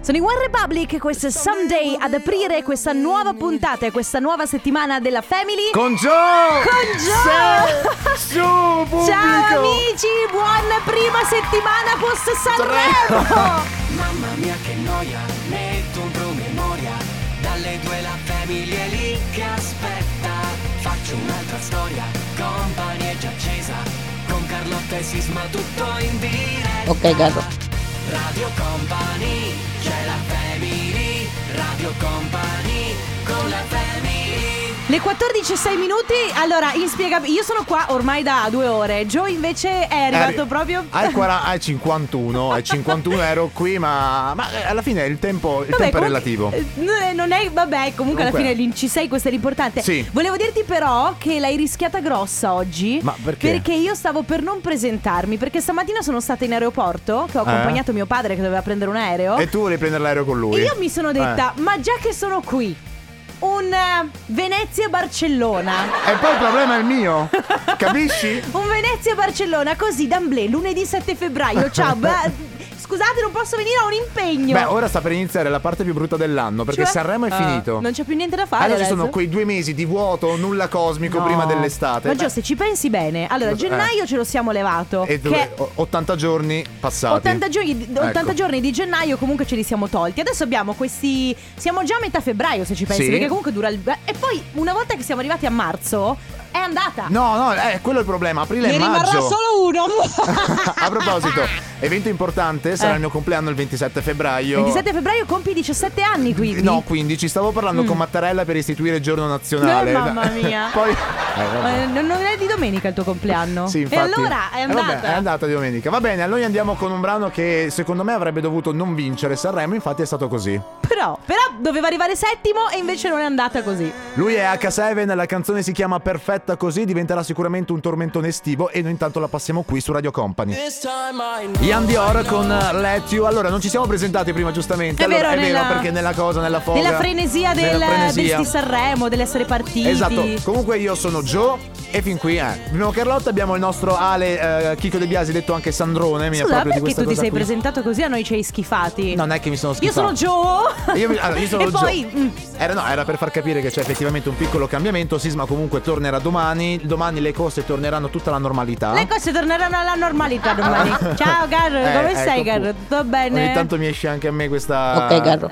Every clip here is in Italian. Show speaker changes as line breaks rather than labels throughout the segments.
Sono i One Republic, questo è Someday ad aprire questa nuova puntata e questa nuova settimana della Family.
Con Gio!
Con Gio!
Su, pubblico!
Ciao amici, buona prima settimana post Sanremo!
Mamma mia che noia, metto un promemoria Dalle due la famiglia è lì che aspetta Faccio un'altra storia, compagnie è già accesa Con Carlotta e Sisma tutto in diretta
Ok, Gato.
Radio Company, c'è la family Radio Company, con la family
Le 14 e 6 minuti, allora inspiegabile. Io sono qua ormai da due ore, Joe invece è arrivato
Eri-
proprio.
Ai, 40 ai 51, ai 51 ero qui, ma, ma alla fine il tempo, il
Vabbè,
tempo
comunque-
è relativo.
eh, non è, vabbè, comunque, alla fine
Comunque-
lì ci sei, questo è l'importante.
Sì.
Volevo dirti però che l'hai rischiata grossa oggi.
Ma perché?
io stavo per non presentarmi, perché stamattina sono stata in aeroporto, che ho
Eh?
accompagnato mio padre che doveva prendere un aereo.
E tu volevi prendere l'aereo con lui? Eh.
E oh. io mi sono detta, ma già che sono qui, un eh, Venezia-Barcellona.
Eh. E poi il problema è il mio, capisci?
Un Venezia-Barcellona così, d'amblè, lunedì 7 febbraio. Ciao, beh, scusate, non posso venire, ho un impegno.
Beh, ora sta per iniziare la parte più brutta dell'anno, perché
Cioè?
Sanremo è
Ah,
finito.
Non c'è più niente da fare.
Allora ci
adesso.
sono quei due mesi di vuoto, nulla cosmico
No.
Ecco, prima dell'estate.
Ma Gio, se ci pensi bene, allora
Lo so,
gennaio ce lo siamo levato.
E dove-
che
o- 80 giorni passati.
80, giorni, 80
Ecco.
giorni di gennaio comunque ce li siamo tolti. Adesso abbiamo questi. Siamo già a metà febbraio, se ci pensi,
Sì.
perché comunque dura il. E poi una volta che siamo arrivati a marzo, è andata.
No, no, eh, quello è il problema. Aprile e maggio.
uno.
a proposito, evento importante, sarà
Eh.
il mio compleanno il 27 febbraio. Eh,
27 febbraio compi 17 anni, quindi.
No, 15. Stavo parlando con Mattarella per istituire il giorno nazionale.
Mm. Eh, mamma mia.
Poi. Eh, vabbè.
Eh, non non è di domenica il tuo compleanno.
Sì,
e
infatti.
allora è
Eh,
andata.
vabbè, è andata di domenica. Va bene, allora andiamo con un brano che secondo me avrebbe dovuto non vincere Sanremo, infatti è stato così.
Però, però doveva arrivare settimo e invece non è andata così.
Lui è H7, la canzone si chiama Perfetta così, diventerà sicuramente un tormentone estivo e noi intanto la passiamo qui su Radio Company. Ian Dior con Let You. Allora, non ci siamo presentati prima, giustamente.
È
Allora,
vero, nella-
perché nella cosa, nella foga.
Nella frenesia del,
nella frenesia.
del Sti Sanremo, dell'essere partiti.
Esatto, comunque io sono Joe e fin qui eh. Abbiamo Carlotta, abbiamo il nostro Ale eh, Chico De Biasi, detto anche Sandrone, mi ha
Scusa,
proprio di
perché
questa
tu ti
cosa
sei
qui.
presentato così a noi ci hai schifati?
No, non è che mi sono
Io
schifato.
sono Joe.
Io, mi- allora, io sono
e
Joe.
poi mm,
Era, no, era per far capire che c'è effettivamente un piccolo cambiamento. Sisma comunque tornerà domani. Domani le cose torneranno tutta la normalità.
le cose torneranno alla normalità domani. Ciao Gar,
Ah? Eh,
come
ecco
stai
tu.
Gar? Tutto bene?
Ogni tanto ecco. mi esce anche a me questa. Ecco.
Ok, Garro.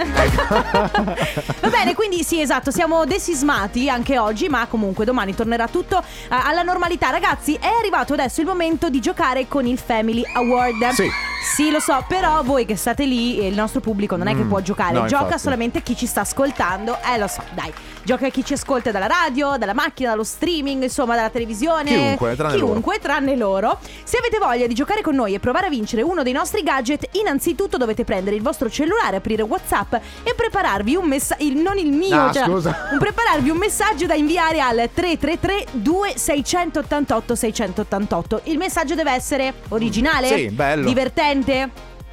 Va bene, quindi sì, esatto, siamo desismati anche oggi, ma comunque domani tornerà tutto eh, alla normalità. Ragazzi, è arrivato adesso il momento di giocare con il Family Award.
Sì.
Sì, lo so, però voi che state lì, eh, il nostro pubblico non è che
Mm,
può giocare,
no,
gioca
infatti.
solamente chi ci sta ascoltando. Eh, lo so, dai. Gioca chi ci ascolta dalla radio, dalla macchina, dallo streaming, insomma, dalla televisione.
Chiunque, tranne loro.
Chiunque, tranne loro. Se avete voglia di giocare con noi e provare a vincere uno dei nostri gadget, innanzitutto dovete prendere il vostro cellulare, aprire WhatsApp e prepararvi un messaggio. Non il mio,
Ah,
cioè,
scusa.
un- prepararvi un messaggio da inviare al 333-2688-688. Il messaggio deve essere originale,
Sì, bello.
divertente.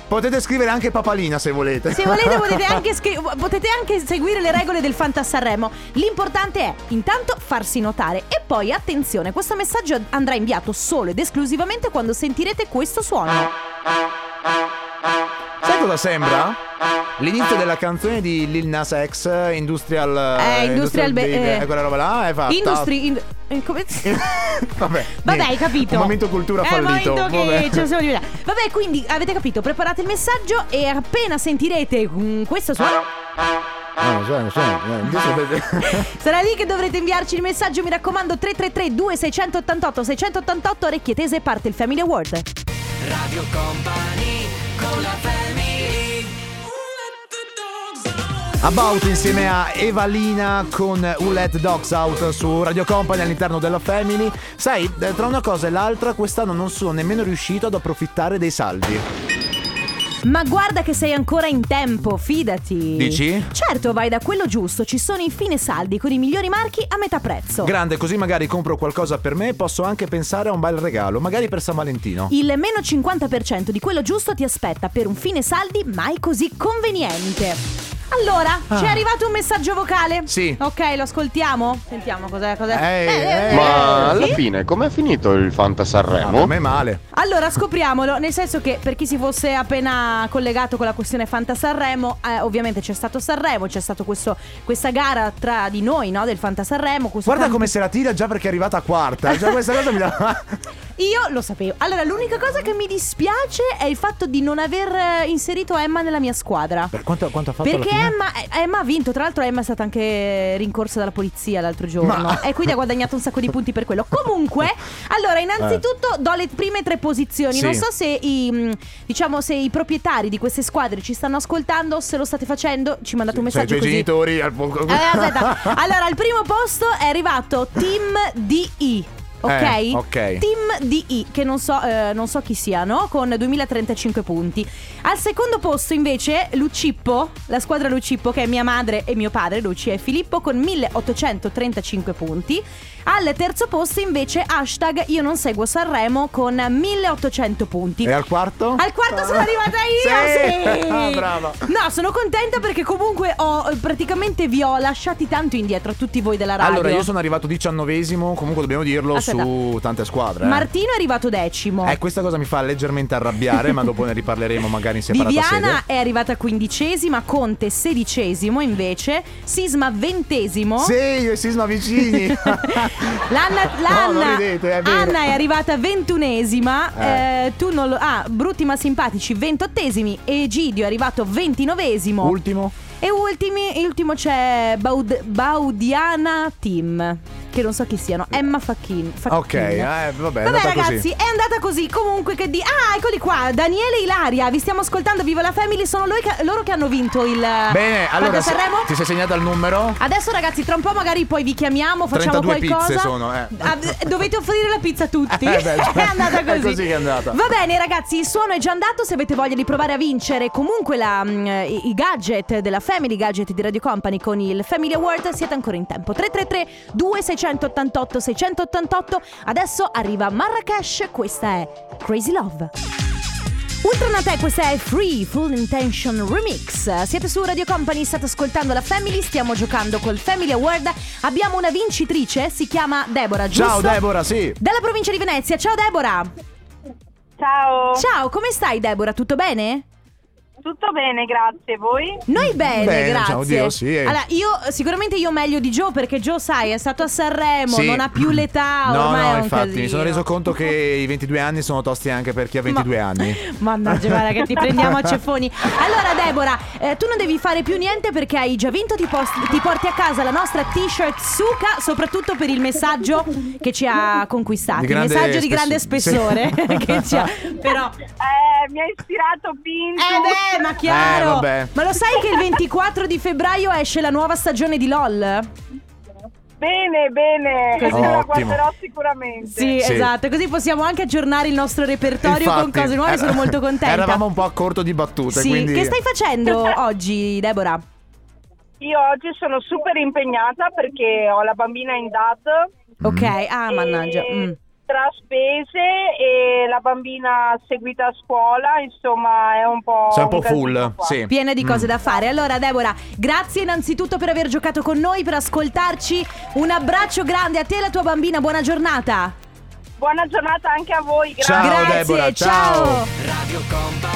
Potete scrivere anche Papalina se volete.
Se volete potete anche, scri- potete anche seguire le regole del Fantasarremo. L'importante è intanto farsi notare e poi attenzione, questo messaggio andrà inviato solo ed esclusivamente quando sentirete questo suono.
Eh, Sai cosa sembra? L'inizio della canzone di Lil Nas X, Industrial.
Eh, Industrial Ba-
Baby,
eh.
eh, quella roba là è fatta.
Industry in- eh, come-
Vabbè,
Vabbè,
niente.
hai capito.
Un momento cultura
È il
fallito.
momento che
Vabbè.
ce lo siamo dimenticati. Vabbè, quindi avete capito, preparate il messaggio e appena sentirete mm, questo suono
No, suona, suona, eh, Industrial Baby.
Ah. Sarà lì che dovrete inviarci il messaggio, mi raccomando 333 2688 688 orecchie tese parte il Family Award.
Radio Company, con la family
About insieme a Evalina con Who Let Dogs Out su Radio Company all'interno della Family. Sai, eh, tra una cosa e l'altra, quest'anno non sono nemmeno riuscito ad approfittare dei saldi.
Ma guarda che sei ancora in tempo, fidati.
Dici?
Certo, vai da quello giusto, ci sono i fine saldi con i migliori marchi a metà prezzo.
Grande, così magari compro qualcosa per me e posso anche pensare a un bel regalo, magari per San Valentino. Eh,
il meno 50% di quello giusto ti aspetta per un fine saldi mai così conveniente. Allora, ci è arrivato un messaggio vocale.
Ah. Sì.
Ok, lo ascoltiamo. Sentiamo cos'è. cos'è. Eh,
Ehi, ehi.
Ma alla
sì?
fine com'è finito il Fanta
Ah,
Sanremo?
per me è male.
Allora, scopriamolo, nel senso che per chi si fosse appena collegato con la questione Fanta Sanremo, eh, ovviamente c'è stato Sanremo, c'è stata questa gara tra di noi, no, del Fanta Sanremo. questo
Guarda
can-
come se la tira già perché è arrivata a quarta. Già questa cosa mi dà.
Io lo sapevo. Allora, l'unica cosa che mi dispiace è il fatto di non aver eh, inserito Emma nella mia squadra.
Per quanto, quanto ha fatto alla
Perché
fine?
Emma, eh, Emma ha vinto, tra l'altro Emma è stata anche rincorsa dalla polizia l'altro giorno
Ma-
e quindi ha guadagnato un sacco di punti per quello. Comunque, allora innanzitutto do le prime tre posizioni,
Eh. Sì.
non so se i, mh, diciamo, se i proprietari di queste squadre ci stanno ascoltando, se lo state facendo ci mandate un
Cioè, i
messaggio
tuoi
così.
genitori al poco.
Eh, aspetta. Allora, al primo posto è arrivato Team DI. Ok?
Eh, ok.
Team DI, che non so, eh, non so chi siano, con 2035 punti. Al secondo posto invece Lucippo, la squadra Lucippo che è mia madre e mio padre, Lucia e Filippo, con 1835 punti. Al terzo posto invece hashtag Io non seguo Sanremo con 1800 punti.
E al quarto?
Al quarto sono arrivata io!
Sì!
Sì!
Ah, brava.
No, sono contenta perché comunque ho eh, praticamente vi ho lasciati tanto indietro a tutti voi della radio.
Allora, io sono arrivato diciannovesimo, comunque dobbiamo dirlo
Aspetta.
su tante squadre. eh.
Martino è arrivato decimo.
Eh, questa cosa mi fa leggermente arrabbiare, ma dopo ne riparleremo magari in separata
Viviana
sede.
è arrivata quindicesima, Conte sedicesimo invece, Sisma ventesimo.
Sì, io e Sisma vicini.
L'Anna,
No, non
l'Anna-
ridete, è vero.
Anna è arrivata ventunesima.
Eh.
eh, tu non lo. Ah, brutti ma simpatici, ventottesimi. Egidio è arrivato ventinovesimo.
Ultimo.
E ultimi, ultimo c'è Baud- Baudiana Team. Che non so chi siano. Emma Facchin. Facchin.
Ok, eh, vabbè, è
Vabbè
andata
ragazzi,
così.
è andata così. Comunque che di... Ah, eccoli qua. Daniele e Ilaria, vi stiamo ascoltando. Viva la Family. Sono loro che, loro che hanno vinto il...
Bene, allora
Fanta eh, Sanremo.
se- ti sei segnato il numero?
Adesso ragazzi, tra un po' magari poi vi chiamiamo, facciamo
32
qualcosa.
pizze sono, eh.
Ah, Dovete offrire la pizza a tutti.
Eh, beh,
è andata
è
così.
così che è andata.
Va bene ragazzi, il suono è già andato, se avete voglia di provare a vincere comunque la, mm, i i gadget della Family i Gadget di Radio Company con il Family Award siete ancora in tempo. 333 2688 688. Adesso arriva Marrakesh, questa è Crazy Love. Ultron a te, questa Ecco, è Free Full Intention Remix. Siete su Radio Company, state ascoltando la Family, stiamo giocando col Family Award. Abbiamo una vincitrice, si chiama Deborah, giusto?
Ciao Deborah, sì.
Dalla provincia di Venezia. Ciao Deborah.
Ciao,
Ciao, come stai Deborah? Tutto bene?
tutto bene, grazie. Voi?
Noi bene,
Bene,
grazie.
ciao, Dio, sì, eh.
Allora, io sicuramente io meglio di Joe perché Joe, sai, è stato a Sanremo,
Sì.
non ha più l'età,
No,
ormai
no,
è un
infatti,
casino.
mi sono reso conto che i 22 anni sono tosti anche per chi ha 22
Ma-
anni.
Mannaggia, guarda che ti prendiamo a ceffoni. Allora, Deborah, eh, tu non devi fare più niente perché hai già vinto. Ti, post- ti porti a casa la nostra t-shirt Suka, soprattutto per il messaggio che ci ha conquistato.
Di
Il
grande
messaggio di
spes-
grande spessore.
sì.
che ci ha- Però.
Eh, mi ha ispirato Pinto.
Eh beh, ma chiaro!
Eh, vabbè.
Ma lo sai che il 24 di febbraio esce la nuova stagione di LOL?
Bene, bene.
Così.
la
Ottimo.
guarderò sicuramente.
Sì,
Sì.
esatto. Così possiamo anche aggiornare il nostro repertorio con
Infatti,
cose nuove.
era-
Sono molto contenta.
Eravamo un po' a corto di battute,
Sì,
quindi
che stai facendo oggi, Deborah?
Io oggi sono super impegnata perché ho la bambina in DAT.
Mm.
Ok, ah,
e
mannaggia. mm.
Tra spese e la bambina seguita a scuola, insomma, è un po'.
sei un po'
casino
full,
qua.
sì.
Piena di cose
Mm.
da fare. Allora, Deborah, grazie innanzitutto per aver giocato con noi, per ascoltarci. Un abbraccio grande a te e alla tua bambina. Buona giornata.
Buona giornata anche a voi. Grazie.
Ciao,
grazie,
Deborah,
ciao.
ciao.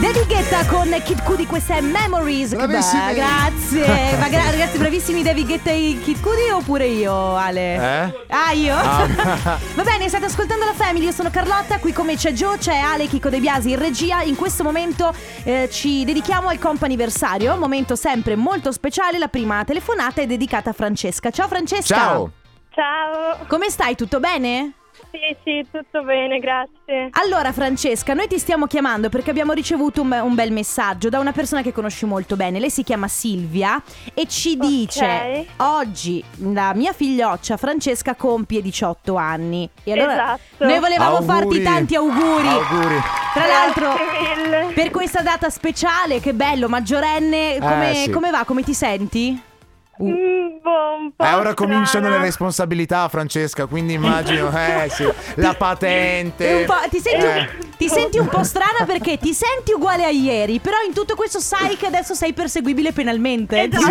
Davighetta con Kid Cudi, questa è Memories. Beh, grazie. Ma gra- ragazzi, bravissimi Davighetta e Kid Cudi oppure io, Ale?
Eh?
Ah, io?
Ah.
Va bene, state ascoltando la Family, io sono Carlotta, qui come c'è Gio, c'è Ale, Chico De Biasi in regia. In questo momento eh, ci dedichiamo al comp'anniversario, momento sempre molto speciale. La prima telefonata è dedicata a Francesca. Ciao Francesca!
Ciao.
Ciao,
Come stai? Tutto bene?
sì sì, tutto bene, grazie.
Allora Francesca, noi ti stiamo chiamando perché abbiamo ricevuto un, un bel messaggio da una persona che conosci molto bene, lei si chiama Silvia e ci
Ok.
dice oggi la mia figlioccia Francesca compie 18 anni e allora
Esatto.
noi volevamo farti
Auguri.
tanti auguri.
Auguri.
Tra l'altro
Grazie mille.
per questa data speciale, che bello, maggiorenne, come,
Eh, sì.
come va? Come ti senti? Uh.
Mm, boh, un po'
Eh, ora cominciano le
strana.
responsabilità, Francesca, quindi immagino, eh sì, la
È
patente.
un po'- ti, senti,
Eh.
ti senti un po' strana perché ti senti uguale a ieri, però in tutto questo sai che adesso sei perseguibile penalmente.
Sì,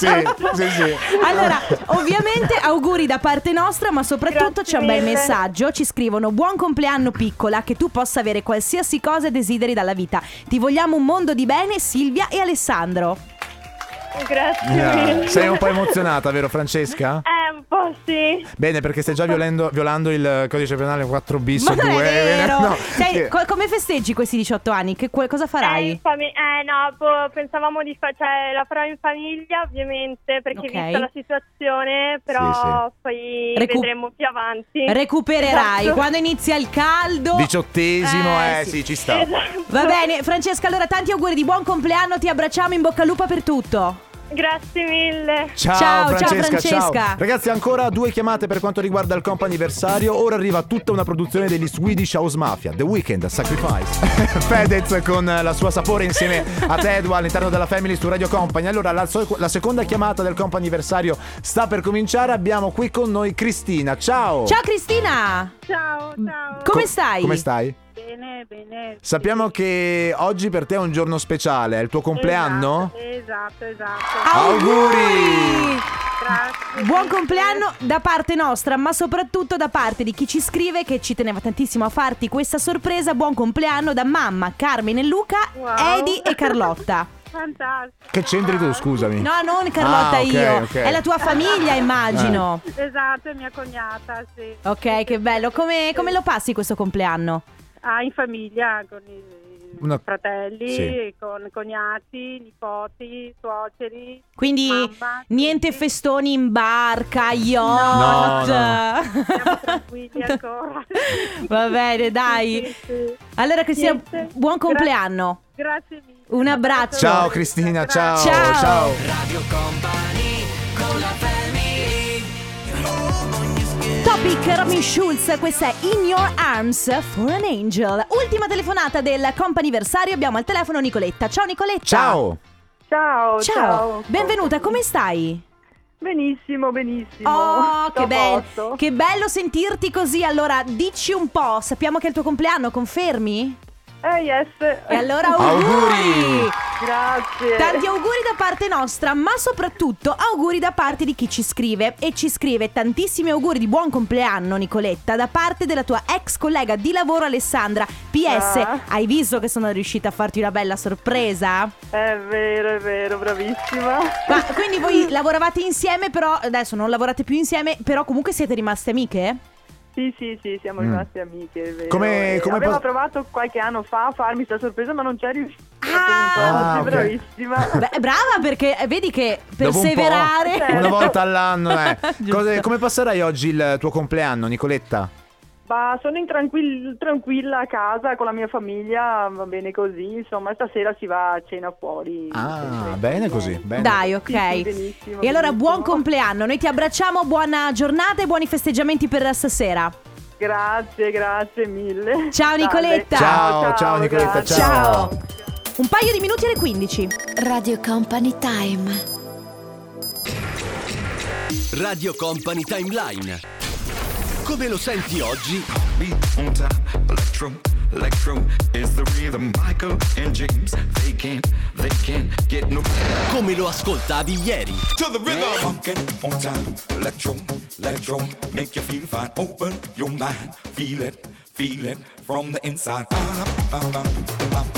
Esatto.
sì, sì, sì.
Allora, ovviamente auguri da parte nostra, ma soprattutto
Grazie
c'è un bel
mille.
messaggio. Ci scrivono: Buon compleanno, piccola, che tu possa avere qualsiasi cosa desideri dalla vita. Ti vogliamo un mondo di bene, Silvia e Alessandro.
Grazie
Yeah.
mille.
Sei un po' emozionata, vero Francesca?
Eh, un po' sì.
Bene, perché stai già violendo, violando il codice penale 4 bis
ma non
2.
è vero!
eh, No,
Sei-
sì.
co- come festeggi questi 18 anni? Che, que- cosa farai?
Eh, in fami- eh, no, boh, pensavamo di fare, cioè la farò in famiglia ovviamente perché
Ok.
vista la situazione, però
Sì, sì.
poi
Recu-
vedremo più avanti.
Recupererai
Esatto.
quando inizia il caldo.
Diciottesimo, eh,
Eh,
sì.
sì.
ci sta.
Esatto.
Va bene, Francesca, allora tanti auguri di buon compleanno, ti abbracciamo in bocca al lupo per tutto.
Oh.
Grazie mille.
Ciao,
Ciao, ciao,
Francesca, ciao.
Francesca.
Ragazzi, ancora due chiamate per quanto riguarda il comp anniversario. Ora arriva tutta una produzione degli Swedish House Mafia, The Weeknd, Sacrifice. Fedez con la sua sapore insieme a Tedua all'interno della Family su Radio Company. Allora, la, so- la seconda chiamata del comp anniversario sta per cominciare. Abbiamo qui con noi Cristina. Ciao.
Ciao Cristina!
Ciao, ciao.
Mm. Come
Co-
stai?
Come stai?
Bene, bene.
Sappiamo che oggi per te è un giorno speciale, è il tuo compleanno?
Esatto, esatto.
Auguri!
Grazie.
Ah, Buon compleanno da parte nostra, ma soprattutto da parte di chi ci scrive che ci teneva tantissimo a farti questa sorpresa. Buon compleanno da mamma, Carmine, Luca,
Wow.
Edi e Carlotta.
Fantastico. Ah,
Che c'entri tu, scusami?
No, non Carlotta
Ah, ok,
io,
ok.
è la tua famiglia immagino.
Esatto, è mia cognata, sì.
Eh.
Ok, che bello. Come, come lo passi questo compleanno?
Ah, in famiglia con i
Una-
fratelli,
sì.
con cognati, nipoti, suoceri.
Quindi
Mamma,
niente
sì.
festoni in barca, yacht.
Siamo tranquilli ancora.
Va bene, dai.
Sì, sì.
Allora Cristina,
Niente.
buon
Gra-
compleanno.
Grazie mille.
Un abbraccio.
Ciao Cristina, ciao.
Ciao. Topic Robin Schulz, questa è In Your Arms for an Angel. Ultima telefonata del comp'anniversario, abbiamo al telefono Nicoletta. Ciao Nicoletta.
Ciao.
Ciao,
Ciao. Benvenuta, come stai?
Benissimo, benissimo.
Oh,
Tutto
che
a
bello.
posto.
Che bello sentirti così. Allora, dici un po', sappiamo che è il tuo compleanno, confermi?
Eh, yes.
E allora
Auguri.
Grazie.
Tanti auguri da parte nostra, ma soprattutto auguri da parte di chi ci scrive. E ci scrive tantissimi auguri di buon compleanno, Nicoletta, da parte della tua ex collega di lavoro Alessandra. PS,
Ah.
hai visto che sono riuscita a farti una bella sorpresa?
È vero, è vero, bravissima.
Ma quindi voi lavoravate insieme, però adesso non lavorate più insieme, però comunque siete rimaste amiche?
Sì, sì, sì, siamo
Mm.
rimasti amiche, è vero.
Come-
Eh,
come
Avevo
po-
provato qualche anno fa a farmi questa sorpresa, ma non c'è riuscita.
Ah,
Comunque,
ok.
Bravissima.
Beh, brava perché eh, vedi che
Dopo un po',
perseverare...
Certo.
Una volta all'anno, eh.
Giusto.
Cose- come passerai oggi il tuo compleanno, Nicoletta?
Ma sono in tranquill- tranquilla a casa con la mia famiglia, va bene così. Insomma, stasera si va a cena fuori.
Ah,
Sempre.
bene così, bene.
Dai, ok.
Sì, sì, benissimo,
e allora
benissimo.
buon compleanno, noi ti abbracciamo, buona giornata e buoni festeggiamenti per stasera.
Grazie, grazie mille.
Ciao, Nicoletta.
Ciao, ciao, Nicoletta,
grazie.
Ciao.
Un paio di minuti alle 15.
Radio Company Time.
Radio Company Timeline. Come lo senti oggi?
beat on top. Electro, electro is the rhythm. Michael and James, they can't, they can't get no.
Come lo ascoltavi ieri?
To the rhythm. Funkin' on top. Electro, electro, make you feel fine. Open your mind, feel it, feel it from the inside.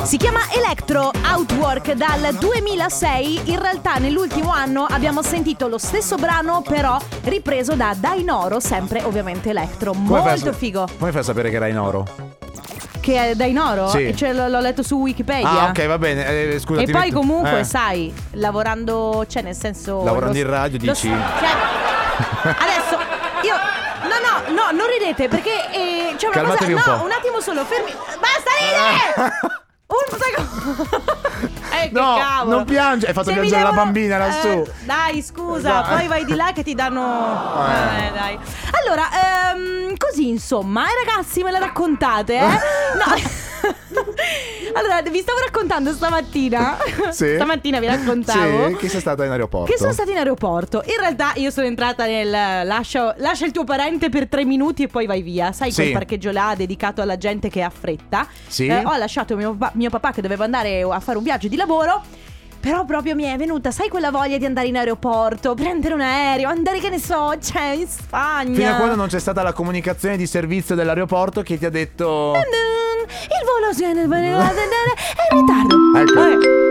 Si chiama Electro Outwork dal 2006. In realtà nell'ultimo anno abbiamo sentito lo stesso brano però ripreso da Dainoro, sempre ovviamente Electro.
Come fai a
Molto
sa-
figo.
Come fai a sapere che era in oro?
Che è Dainoro?
Sì.
Cioè l- l'ho letto su Wikipedia.
Ah, ok, va bene. Eh, scusa,
E
ti
poi
metto-
comunque,
eh.
sai, lavorando, cioè nel senso...
Lavorando
lo-
in radio,
lo-
dici?
cioè, adesso, io... No, no, no, non ridete perché eh, c'è una
Calmatevi
cosa...
un
no,
po'.
un attimo solo, fermi... Basta ridere! Un secondo... Eh, che
No,
cavolo.
non piange. Hai fatto
Se mi
piangere la
devono-
bambina lassù.
Eh, dai, scusa,
Esatto.
poi vai di là che ti danno...
Eh.
Eh, dai. Allora, ehm, così insomma, eh, ragazzi, me la raccontate, eh? No... Allora, vi stavo raccontando stamattina.
Sì.
Stamattina vi raccontavo.
Sì, che sei stata in aeroporto.
Che sono stata in aeroporto. In realtà io sono entrata nel lascia, lascia il tuo parente per tre minuti e poi vai via. Sai
Sì.
quel parcheggio là dedicato alla gente che ha fretta.
Sì.
Eh, ho lasciato mio, pa- mio papà che doveva andare a fare un viaggio di lavoro. Però proprio mi è venuta, sai quella voglia di andare in aeroporto, prendere un aereo, andare che ne so, cioè in Spagna.
Fino a quando non c'è stata la comunicazione di servizio dell'aeroporto che ti ha detto...
Il volo si è nel- è in ritardo. Vabbè.
Ecco.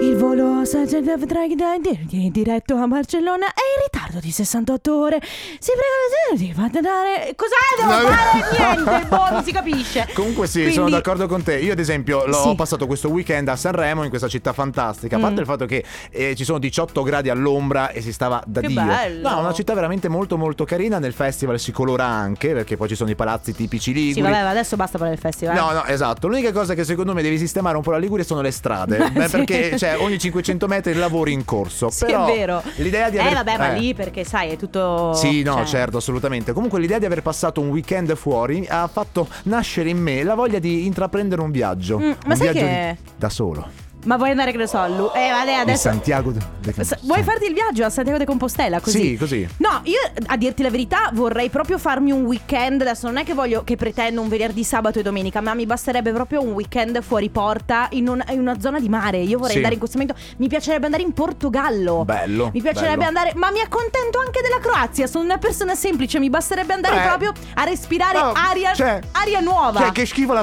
Il volo sa- sa- tra- di- diretto a Barcellona è in ritardo di 68 ore. Si prego, si fate dare. Cos'è? Devo fare niente. Boh, non si capisce.
Comunque sì, sono
Quindi-
d'accordo con te. Io ad esempio l'ho
Sì. Mm.
passato questo weekend a Sanremo in questa città fantastica. A parte il fatto che eh, ci sono 18 gradi all'ombra e si stava da
Che
Dio.
bello.
No, una città veramente molto molto carina. Nel festival si colora anche perché poi ci sono i palazzi tipici liguri.
Sì, vabbè, adesso basta parlare del festival.
No, no, esatto. L'unica cosa che secondo me devi sistemare un po' la Liguria sono le strade. Beh,
Sì.
Perché cioè, ogni 500 metri lavori in corso.
Sì,
Però
è vero.
L'idea di aver...
Eh, vabbè, ma
eh.
lì perché sai, è tutto.
Sì, no,
cioè-
certo, assolutamente. Comunque l'idea di aver passato un weekend fuori ha fatto nascere in me la voglia di intraprendere un viaggio.
Mm, ma
un
sai
viaggio
che-
di- da solo.
Ma vuoi andare, che ne so, a Lu- Eh, vabbè,
Di
adesso.
Santiago de... de-
S- Vuoi farti il viaggio a Santiago de Compostela così?
Sì, così.
No, io a dirti la verità vorrei proprio farmi un weekend, adesso non è che voglio che pretendo un venerdì, sabato e domenica, ma mi basterebbe proprio un weekend fuori porta in, un- in una zona di mare. Io vorrei
Sì.
andare in questo momento, mi piacerebbe andare in Portogallo.
Bello.
Mi piacerebbe
bello.
andare, ma mi accontento anche della Croazia, sono una persona semplice, mi basterebbe andare
Eh.
proprio a respirare
No,
aria,
cioè-
aria nuova.
Cioè, che schifo la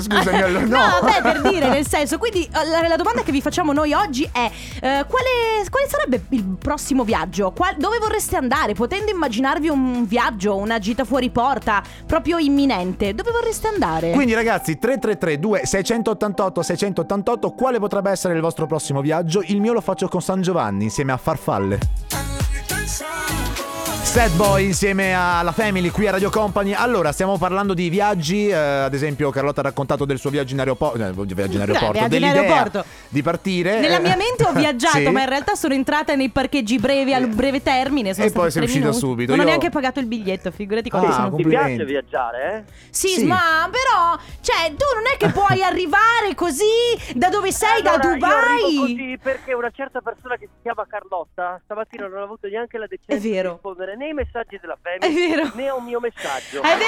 scusami. allora,
No,
no,
vabbè, per dire, nel senso, quindi eh, la, la domanda che vi facciamo noi oggi è eh, quale, quale sarebbe il prossimo viaggio? Qual- dove vorreste andare? Potendo immaginarvi un viaggio, una gita fuori porta, proprio imminente, dove vorreste andare?
Quindi ragazzi 3332 688 688 quale potrebbe essere il vostro prossimo viaggio? Il mio lo faccio con San Giovanni insieme a Farfalle. Sad Boy insieme alla Family qui a Radio Company. Allora, stiamo parlando di viaggi. eh, ad esempio, Carlotta ha raccontato del suo viaggio in aeroporto. eh, viaggio in aeroporto.
viaggio in
dell'idea
aeroporto.
Di partire.
Nella
eh,
mia mente ho viaggiato,
sì. Eh.
ma in realtà sono entrata nei parcheggi brevi al breve termine. Sono
E
stati
poi sei
tre
uscita
minuti.
subito.
Non ho
Io-
neanche pagato il biglietto, figurati quanto
Ah,
sono
complimenti.
viaggiare,
Sì,
Sì.
ma però, cioè, tu non è che puoi arrivare così da dove sei, da
Allora, Io
Dubai.
arrivo così perché una certa persona che si chiama Carlotta stamattina non ha avuto neanche la decenza
È
di
vero.
rispondere né ai messaggi della
È
Family
vero.
né a un mio messaggio.
È
E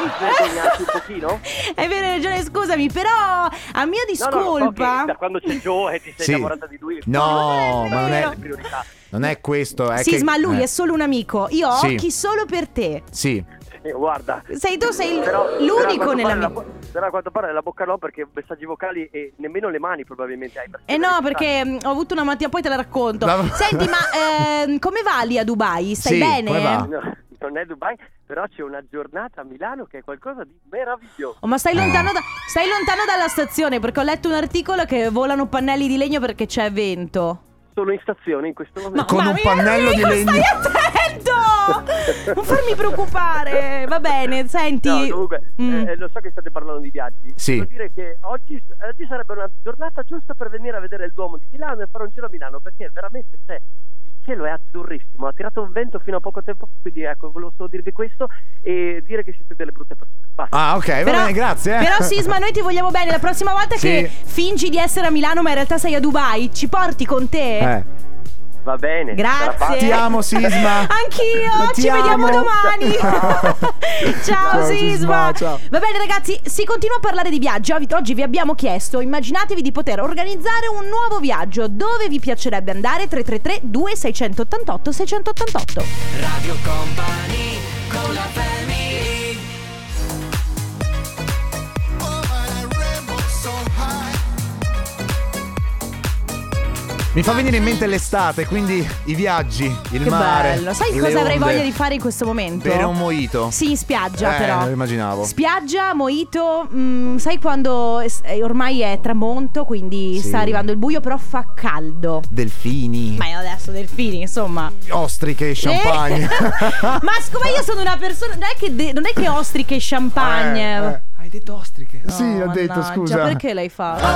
puoi vergognarti un pochino?
vero. È vero, hai ragione, scusami, però a mia
No, no, lo so
discolpa.
che da quando c'è Joe e ti sei
Sì.
innamorata di lui.
No, ma non è,
Le priorità.
non è questo. È
sì,
che-
ma lui
eh,
è solo un amico. Io ho
Sì.
occhi solo per te.
Sì.
Eh, guarda.
Sei tu, sei l-
Però-
l'unico
però a quanto
nella
pare
mia.
la bo- Però a quanto pare la bocca no perché messaggi vocali e nemmeno le mani probabilmente hai.
Eh no, perché mm, ho avuto una malattia, poi te la racconto.
No.
Senti, ma ehm, come va lì a Dubai? Stai
Sì,
bene?
come va?
No, non è Dubai, però c'è una giornata a Milano che è qualcosa di meraviglioso.
Oh, ma
Eh.
stai lontano, da- stai lontano dalla stazione perché ho letto un articolo che volano pannelli di legno perché c'è vento.
Sono in stazione in questo momento.
Ma-
Con
ma
un
mi-
pannello di
Enrico,
legno.
Stai attento! Non farmi preoccupare. Va bene, senti.
No, comunque,
Mm.
eh, lo so che state parlando di viaggi.
Sì.
Devo dire che oggi, eh, oggi sarebbe una giornata giusta per venire a vedere il Duomo di Milano e fare un giro a Milano perché veramente c'è. il cielo è azzurrissimo, ha tirato un vento fino a poco tempo fa, quindi ecco, volevo solo dirvi questo e dire che siete delle brutte persone. Basta.
Ah, ok, va bene, grazie. eh.
Però Sisma, noi ti vogliamo bene. La prossima volta
Sì.
che fingi di essere a Milano, ma in realtà sei a Dubai, ci porti con te?
Eh.
Va bene. sarà
Grazie.
fatto.
Ti amo, Sisma.
Anch'io,
Ti
ci vediamo
amo.
domani. ciao,
Ciao,
Sisma.
Sisma, ciao.
Va bene ragazzi, si continua a parlare di viaggio. Oggi vi abbiamo chiesto, immaginatevi di poter organizzare un nuovo viaggio. Dove vi piacerebbe andare? 333 2688 688.
Radio Company con la family
Mi fa venire in mente l'estate, quindi i viaggi, il
Che
mare.
bello. Sai
le
cosa avrei
onde.
voglia di fare in questo momento?
Bere un mojito.
Sì, in spiaggia
Eh,
però.
lo immaginavo.
Spiaggia, moito, mm, sai quando es- eh, ormai è tramonto, quindi
Sì.
sta arrivando il buio, però fa caldo.
Delfini,
Ma è adesso delfini, insomma. Eh?
ostriche, champagne.
Ma siccome io sono una persona, non è che, de- non è che ostriche e champagne.
Eh, eh.
Hai detto ostriche.
No,
sì, ho detto,
mannaggia,
scusa. Ah,
perché l'hai fatto?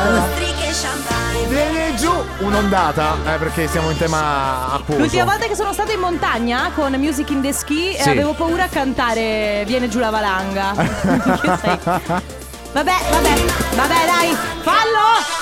Viene giù un'ondata, eh, perché siamo in tema acquoso.
L'ultima volta che sono stata in montagna con Music in the Ski eh,
Sì.
avevo paura a cantare Viene giù la valanga. Che sai- Vabbè, vabbè, vabbè, dai, fallo!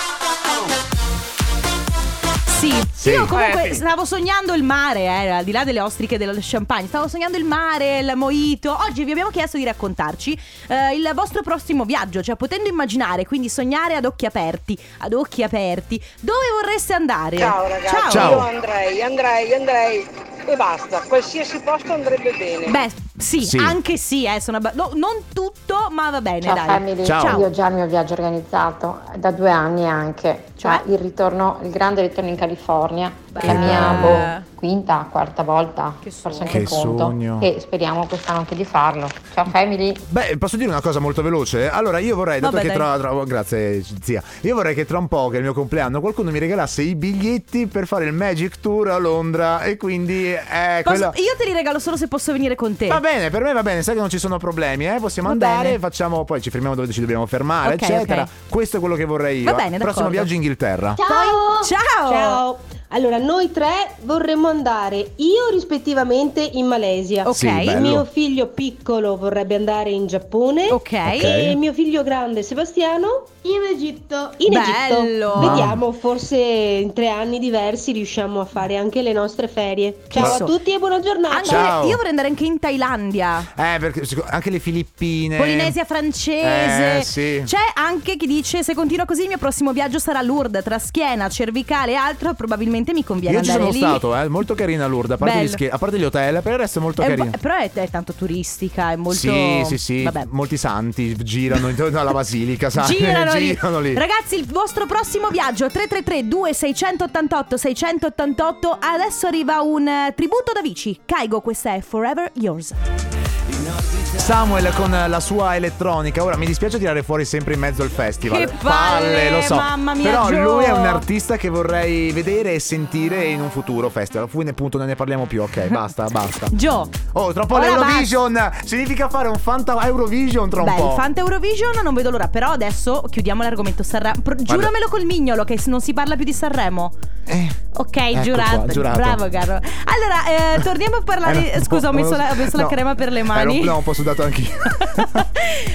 Sì,
Sì.
io comunque
Eh, sì.
stavo sognando il mare, eh, al di là delle ostriche del champagne, stavo sognando il mare, il mojito. Oggi vi abbiamo chiesto di raccontarci eh, il vostro prossimo viaggio, cioè potendo immaginare, quindi sognare ad occhi aperti, ad occhi aperti, dove vorreste andare?
Ciao ragazzi,
Ciao.
io andrei, andrei, andrei e basta, qualsiasi posto andrebbe bene.
Beh, sì,
Sì.
anche sì, eh, sono abba- no, non tutto, ma va bene,
Ciao
dai.
family, io ho già il mio viaggio organizzato da due anni anche, cioè il ritorno, il grande ritorno in California, la mia
bello.
boh, quinta, quarta volta, forse anche
Che
il conto
sogno.
e speriamo quest'anno anche di farlo. Ciao family!
Beh, posso dire una cosa molto veloce? Allora, io vorrei, dato
Vabbè,
che tra,
dai.
tra- Grazie, zia. Io vorrei che tra un po', che è il mio compleanno, qualcuno mi regalasse i biglietti per fare il Magic Tour a Londra. E quindi, eh,
Posso-
quello-
Io te li regalo solo se posso venire con te.
Va bene, per me va bene, sai che non ci sono problemi, eh? Possiamo
Va
andare,
bene.
facciamo, poi ci fermiamo dove ci dobbiamo fermare,
Ok,
eccetera.
ok.
Questo è quello che vorrei io.
Va bene,
Prossimo
d'accordo.
viaggio in Inghilterra.
Ciao!
Ciao!
Allora, noi tre vorremmo andare, io rispettivamente in Malesia.
Ok. Sì,
il
bello.
mio figlio piccolo vorrebbe andare in Giappone. Ok. E il mio figlio grande Sebastiano in Egitto. In
Bello!
Egitto. Vediamo, forse in tre anni diversi riusciamo a fare anche le nostre ferie. Ciao
Ma-
a tutti e buona giornata.
Anche-
Ciao.
Io vorrei andare anche in Thailandia.
Eh, perché sic- anche le Filippine.
Polinesia francese.
Eh, sì.
C'è anche chi dice: Se continua così, il mio prossimo viaggio sarà Lourdes tra schiena, cervicale e altro. Probabilmente mi conviene
Io ci
andare
sono
lì.
stato, eh, molto carina Lourdes, a parte, gli
Bello.
schi- a parte gli hotel, per il resto è molto
È un po'-
carina.
però è, è tanto turistica, è molto.
Sì, sì, sì,
Vabbè.
molti santi girano intorno alla basilica, sai?
Girano,
Cioè, Girano lì.
Ragazzi, il vostro prossimo viaggio 333 2688 688 Adesso arriva un eh, tributo da Vici. Caigo, questa è Forever Yours.
Samuel con la sua elettronica. Ora mi dispiace tirare fuori sempre in mezzo al festival.
Che palle,
lo so.
mamma mia,
Però
Gio.
lui è un artista che vorrei vedere e sentire in un futuro festival. Fu ne appunto non ne parliamo più, ok? Basta, basta.
Gio.
Oh, troppo
Ora
l'Eurovision. Significa fare un Fanta Eurovision tra un
Beh,
po'.
il Fanta Eurovision non vedo l'ora, però adesso chiudiamo l'argomento Sanremo. Pro-
Guarda-
giuramelo col mignolo che s- non si parla più di Sanremo. ok,
ecco
giurato.
qua, giurato.
Bravo, caro. Allora, eh, torniamo a parlare.
Eh, no,
Scusa, ho messo, la, ho messo la
no.
crema per le
Eh,
mani.
l'ho- l'ho sudato anch'io.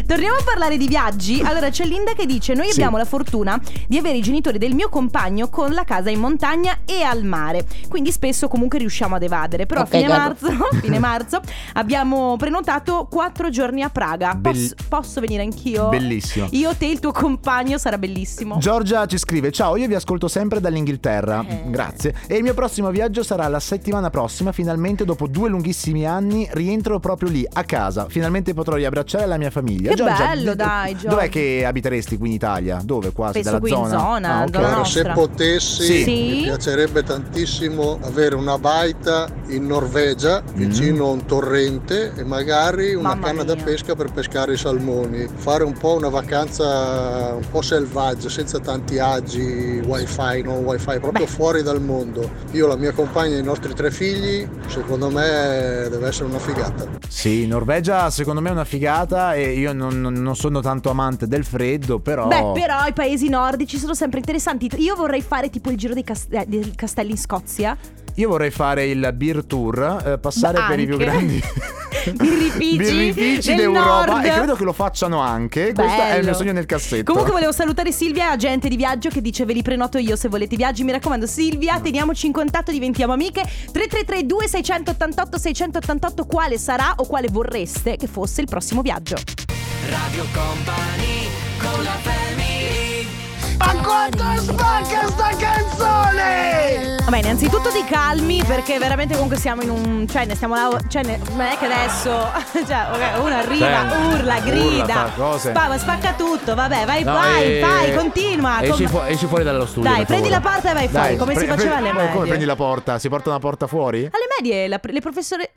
Torniamo a parlare di viaggi. Allora c'è Linda che dice: Noi
Sì.
abbiamo la fortuna di avere i genitori del mio compagno con la casa in montagna e al mare. Quindi spesso comunque riusciamo ad evadere. Però
Ok,
a fine
Gabbo.
marzo, fine marzo abbiamo prenotato quattro giorni a Praga.
Bell-
Posso, posso venire anch'io?
Bellissimo.
Io, te, il tuo compagno sarà bellissimo.
Giorgia ci scrive: Ciao, io vi ascolto sempre dall'Inghilterra.
Eh.
Grazie. E il mio prossimo viaggio sarà la settimana prossima. Finalmente, dopo due lunghissimi anni, rientro proprio lì, a casa. Finalmente potrò riabbracciare la mia famiglia.
Che
Giorgia,
bello, dai, Giorgia.
Dov'è che abiteresti qui in Italia? Dove? Quasi
Penso
dalla
qui in
zona. Ah,
zona,
ok.
zona nostra.
Se potessi,
Sì.
mi piacerebbe tantissimo avere una baita in Norvegia, vicino a un torrente e magari una canna da pesca per pescare i salmoni. Fare un po' una vacanza un po' selvaggia, senza tanti agi, wifi, non wifi, proprio fuori dal mondo. Io, la mia compagna e i nostri tre figli, secondo me deve essere una figata.
Sì, Norvegia secondo me è una figata. E io non, non- non sono tanto amante del freddo, però.
Beh, però i paesi nordici sono sempre interessanti. Io vorrei fare tipo il giro dei, cas- eh, dei castelli in Scozia.
Io vorrei fare il beer tour, eh, passare
Ma
per i più
anche.
grandi
birrifici,
birrifici
del
d'Europa
nord.
e credo che lo facciano anche. Questo è il mio
Bello.
sogno nel cassetto.
Comunque volevo salutare Silvia, agente di viaggio, che dice ve li prenoto io se volete i viaggi. Mi raccomando Silvia, teniamoci in contatto, diventiamo amiche. 3332 688 688 quale sarà o quale vorreste che fosse il prossimo viaggio.
Radio Company con la family.
Ma quanto spacca sta canzone! Vabbè, innanzitutto ti calmi perché veramente comunque siamo in un... Cioè, ne stiamo... lav- Cioè, ne- non è che adesso... Cioè, ok, uno arriva,
Cioè,
urla,
urla,
grida,
fa cose.
spava, spacca tutto, vabbè, vai,
No,
vai,
eh,
vai, continua.
Esci,
com-
fu- esci fuori dallo studio.
Dai,
per
prendi la
favore.
porta e vai fuori, come si
pre-
faceva
pre-
alle
ma
medie.
Come prendi la porta? Si porta una porta fuori?
Alle medie la- le professore...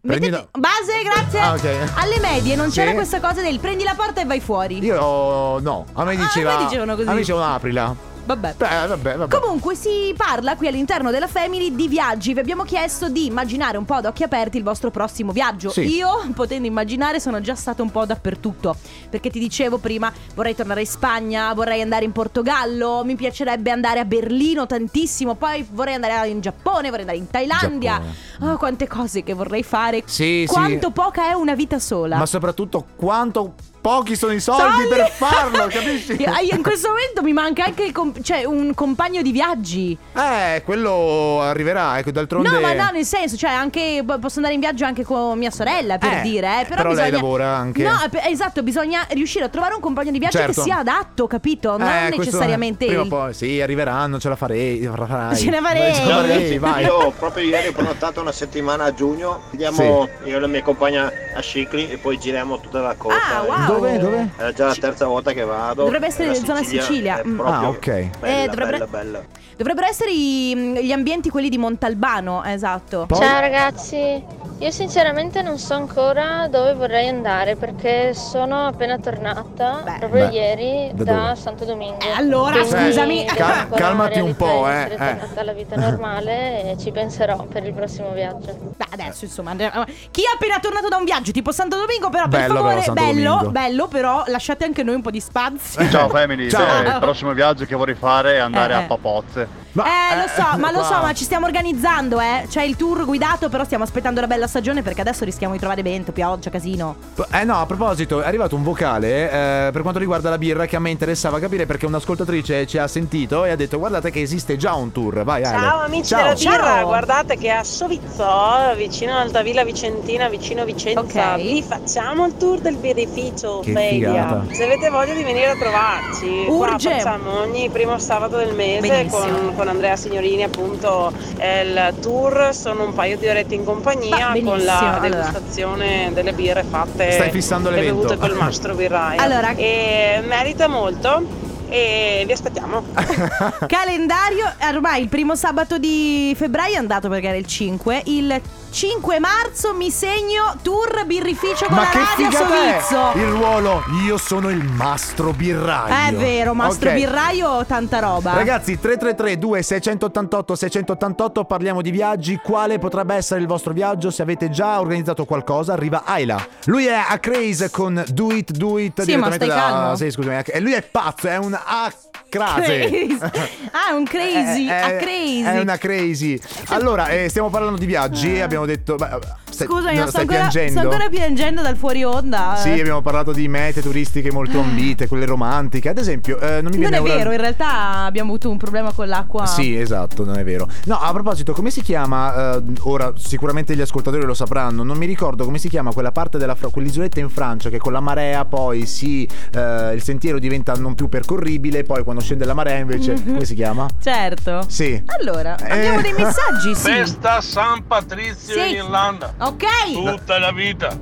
Prendi
Mettiti- Base, grazie.
Ah, ok.
Alle medie non
Sì.
c'era questa cosa del prendi la porta e vai fuori.
Io oh, no, a me diceva.
Ah, me dicevano così.
A me dicevano aprila.
Vabbè.
Beh, vabbè, vabbè.
Comunque si parla qui all'interno della Family di viaggi. Vi abbiamo chiesto di immaginare un po' ad occhi aperti il vostro prossimo viaggio.
Sì.
Io, potendo immaginare, sono già stata un po' dappertutto. Perché ti dicevo prima, vorrei tornare in Spagna, vorrei andare in Portogallo, mi piacerebbe andare a Berlino tantissimo, poi vorrei andare in Giappone, vorrei andare in Thailandia. Oh, quante cose che vorrei fare.
Sì, sì.
Quanto poca è una vita sola.
Ma soprattutto quanto pochi sono i soldi
Soldi!
per farlo, capisci?
Io- In questo momento mi manca anche il com- cioè, un compagno di viaggi.
Eh, quello arriverà, ecco, d'altronde...
No, ma no, nel senso, cioè, anche po- posso andare in viaggio anche con mia sorella, per
Eh,
dire, eh, però,
però lei
bisogna...
lavora anche.
No, eh, esatto, bisogna riuscire a trovare un compagno di viaggio
Certo.
che sia adatto, capito? Non
Eh, questo-
necessariamente
Prima o
il-
poi, sì, arriveranno, ce la farei. la farai.
Ce la farei.
Ce la
Ciao,
farei,
ragazzi,
vai.
Io proprio ieri ho prenotato una settimana a giugno. Andiamo io e la mia compagna a Scicli e poi giriamo tutta la costa.
Ah, wow. Dove, dove?
È Eh, già la terza volta che vado.
Dovrebbe essere
È la
in zona Sicilia.
è
Mm.
proprio
Ah, ok.
Bella,
Eh, dovrebbe-
bella, bella.
Dovrebbero essere i- gli ambienti quelli di Montalbano, esatto.
Ciao ragazzi, io sinceramente non so ancora dove vorrei andare perché sono appena tornata proprio
Beh,
ieri
da
da,
dove?
Santo Domingo.
Eh, allora,
Quindi
scusami.
devo
Cal-
ancora
calmati un po',
realizzare di
eh,
essere
eh.
tornata alla vita normale e ci penserò per il prossimo viaggio.
Beh, adesso insomma, andremo- ah, chi è appena tornato da un viaggio tipo Santo Domingo, però
Bello,
per favore,
però, Santo
bello,
Domingo.
bello, però lasciate anche noi un po' di spazio.
Ciao family,
Ciao.
eh, il prossimo viaggio che vorrei fare è andare
Eh, eh.
a Papozze.
eh, lo so, ma lo so,
wow.
ma ci stiamo organizzando, eh. C'è il tour guidato, però stiamo aspettando la bella stagione perché adesso rischiamo di trovare vento, pioggia, casino.
Eh no, a proposito, è arrivato un vocale eh, per quanto riguarda la birra che a me interessava capire perché un'ascoltatrice ci ha sentito e ha detto guardate che esiste già un tour, vai Ale.
Ciao amici
Ciao.
della birra,
Ciao.
guardate che a Sovizzò, vicino ad Altavilla Vicentina, vicino Vicenza,
Ok.
vi facciamo il tour del birrificio
Che
media.
figata.
Se avete voglia di venire a trovarci, qua
Urge.
facciamo ogni primo sabato del mese
Benissimo.
con, con Andrea Signorini appunto eh, il tour, sono un paio di orette in compagnia
Va benissimo,
con la
allora.
degustazione delle birre fatte
Stai fissando
le
l'evento.
bevute col mastro birraio.
Allora-
E merita molto e vi aspettiamo.
Calendario, eh, ormai il primo sabato di febbraio è andato perché era il 5. Il 5 marzo mi segno tour birrificio con
Ma
la
che
radio
figata è
Sovizzo.
il ruolo? Io sono il mastro birraio.
È vero, mastro
Ok.
birraio, tanta roba.
Ragazzi, 333 2688 688 parliamo di viaggi. Quale potrebbe essere il vostro viaggio? Se avete già organizzato qualcosa, arriva Ayla. Lui è a craze con Do It, Do It.
Sì,
direttamente
ma
da-
stai calmo.
Sì, scusami. a- e Lui è pazzo, è un a crase.
Crazy. Ah, è un crazy,
È-
a
è-
crazy.
È una crazy. Allora, eh, stiamo parlando di viaggi. e Abbiamo detto. beh, stai-
Scusami,
no,
ma sto
stai
ancora, sto
piangendo.
ancora piangendo dal fuori onda.
Sì, abbiamo parlato di mete turistiche molto ambite, quelle romantiche. Ad esempio, eh, non
Non
mi viene
è
ora-
vero, in realtà abbiamo avuto un problema con l'acqua.
Sì, esatto, non è vero. No, a proposito, come si chiama? eh, ora, sicuramente gli ascoltatori lo sapranno. Non mi ricordo come si chiama quella parte della Fra- quell'isoletta in Francia che con la marea poi si. eh, il sentiero diventa non più percorribile. Poi quando scende la marea invece. come si chiama?
Certo.
Sì. Eh.
Allora, abbiamo dei messaggi, sì.
Festa San Patrizio
Sì.
in Irlanda.
Ok.
Tutta la vita.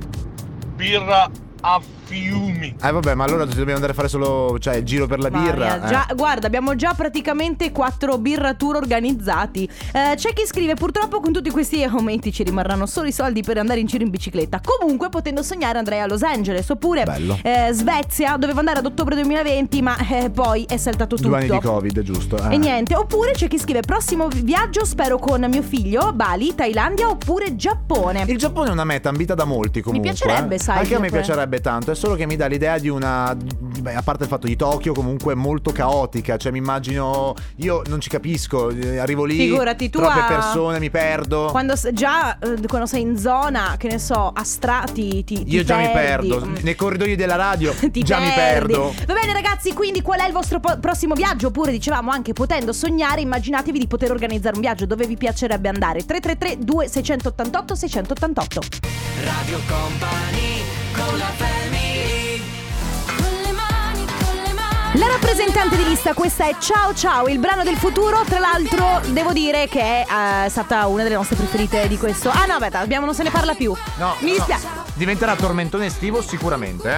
Birra a fiumi.
Eh vabbè, ma allora dobbiamo andare a fare solo. cioè il giro per la
Mamma
birra.
mia,
eh.
già- guarda, abbiamo già praticamente quattro birra tour organizzati. Eh, c'è chi scrive: Purtroppo con tutti questi aumenti ci rimarranno solo i soldi per andare in giro in bicicletta. Comunque, potendo sognare, andrei a Los Angeles oppure
Bello.
eh, Svezia. Dovevo andare ad ottobre 2020, ma eh, poi è saltato tutto.
Due anni di Covid, giusto? eh.
E niente, oppure c'è chi scrive prossimo viaggio spero con mio figlio, Bali, Thailandia oppure Giappone.
Il Giappone è una meta ambita da molti comunque.
piacerebbe,
eh.
sai,
Anche a me
Giappone.
piacerebbe tanto, è solo che mi dà l'idea di una. beh, a parte il fatto di Tokyo, comunque molto caotica. Cioè, mi immagino. Io non ci capisco. eh, Arrivo lì.
Figurati, tu
troppe
a-
persone, mi perdo.
Quando s- già eh, quando sei in zona, che ne so, a strati ti, ti
Io già mi
perdi.
perdo.
Mm.
Nei corridoi della radio
Ti
già mi
perdi.
perdo.
Va bene ragazzi, quindi qual è il vostro po- prossimo viaggio? Oppure dicevamo anche potendo sognare, immaginatevi di poter organizzare un viaggio dove vi piacerebbe andare. 333 2688 688.
Radio Company con la family.
La rappresentante di lista, questa è Ciao Ciao, il brano del futuro. Tra l'altro, devo dire che è eh, stata una delle nostre preferite di questo. Ah, no, aspetta, abbiamo, non se ne parla più.
No,
Mi
no.
dispiace.
Diventerà tormentone estivo sicuramente, eh.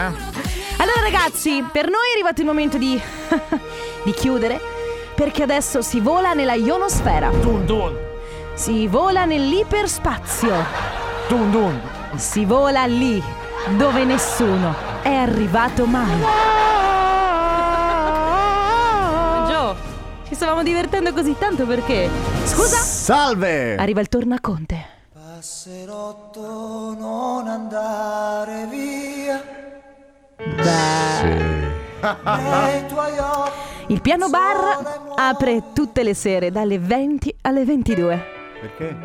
Allora, ragazzi, per noi è arrivato il momento di. di chiudere. Perché adesso si vola nella ionosfera. Dun dun. Si vola nell'iperspazio.
Dun dun.
Si vola lì dove nessuno è arrivato mai. Gio, ci stavamo divertendo così tanto perché. Scusa?
Salve!
Arriva il tornaconte.
Passerotto non andare via nei tuoi occhi
Il piano bar apre tutte le sere dalle 20 alle 22.
Perché?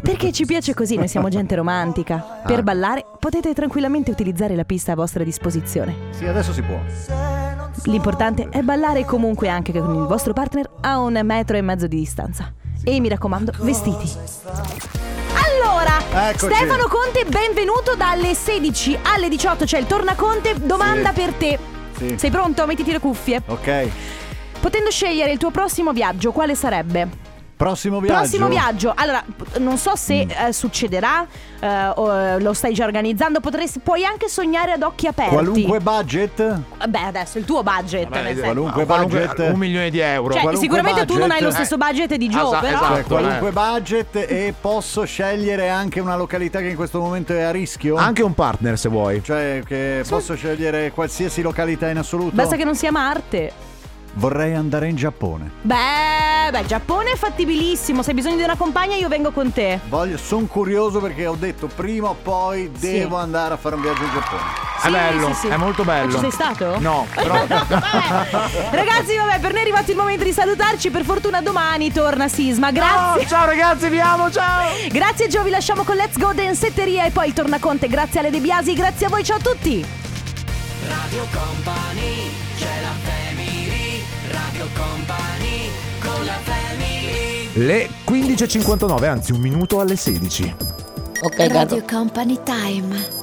Perché ci piace così, noi siamo gente romantica. Per
Ah.
ballare potete tranquillamente utilizzare la pista a vostra disposizione.
Sì, adesso si può.
L'importante è ballare comunque anche con il vostro partner a un metro e mezzo di distanza. E mi raccomando, vestiti. Allora,
Eccoci.
Stefano Conte, benvenuto dalle 16 alle 18, c'è il Tornaconte, domanda
Sì.
per te.
Sì.
Sei pronto? Mettiti le cuffie.
Ok.
Potendo scegliere il tuo prossimo viaggio, quale sarebbe?
Prossimo viaggio. Mm.
Prossimo viaggio. Allora, p- non so se eh, succederà, eh, o, eh, lo stai già organizzando, potresti, puoi anche sognare ad occhi aperti. Eh,
Qualunque budget.
Beh, adesso il tuo budget. nel senso.
qualunque budget.
un milione di euro.
Cioè,
qualunque
sicuramente tu non hai lo
budget.
stesso budget di Joe,
esa-
però.
esatto,
Cioè, qualunque
eh.
budget e posso scegliere anche una località che in questo momento è a rischio?
Anche un partner se vuoi.
Cioè, che posso scegliere qualsiasi località in assoluto?
Basta che non sia Marte.
Vorrei andare in Giappone.
Beh, beh, Giappone è fattibilissimo. Se hai bisogno di una compagna, io vengo con te.
Voglio, sono curioso perché ho detto prima o poi
Sì.
devo andare a fare un viaggio in Giappone.
È bello, è molto bello.
Ma ci sei stato?
No, però
Ragazzi, vabbè, per noi è arrivato il momento di salutarci. Per fortuna domani torna Sisma. Grazie.
Oh, ciao ragazzi, vi amo, ciao.
Grazie Gio, vi lasciamo con Let's Go Densetteria e poi il Tornaconte. Grazie alle De Biasi, grazie a voi, ciao a tutti.
Radio Company, c'è la family, Radio Company, con la family.
le 15.59, anzi un minuto alle 16.
Radio Company Time.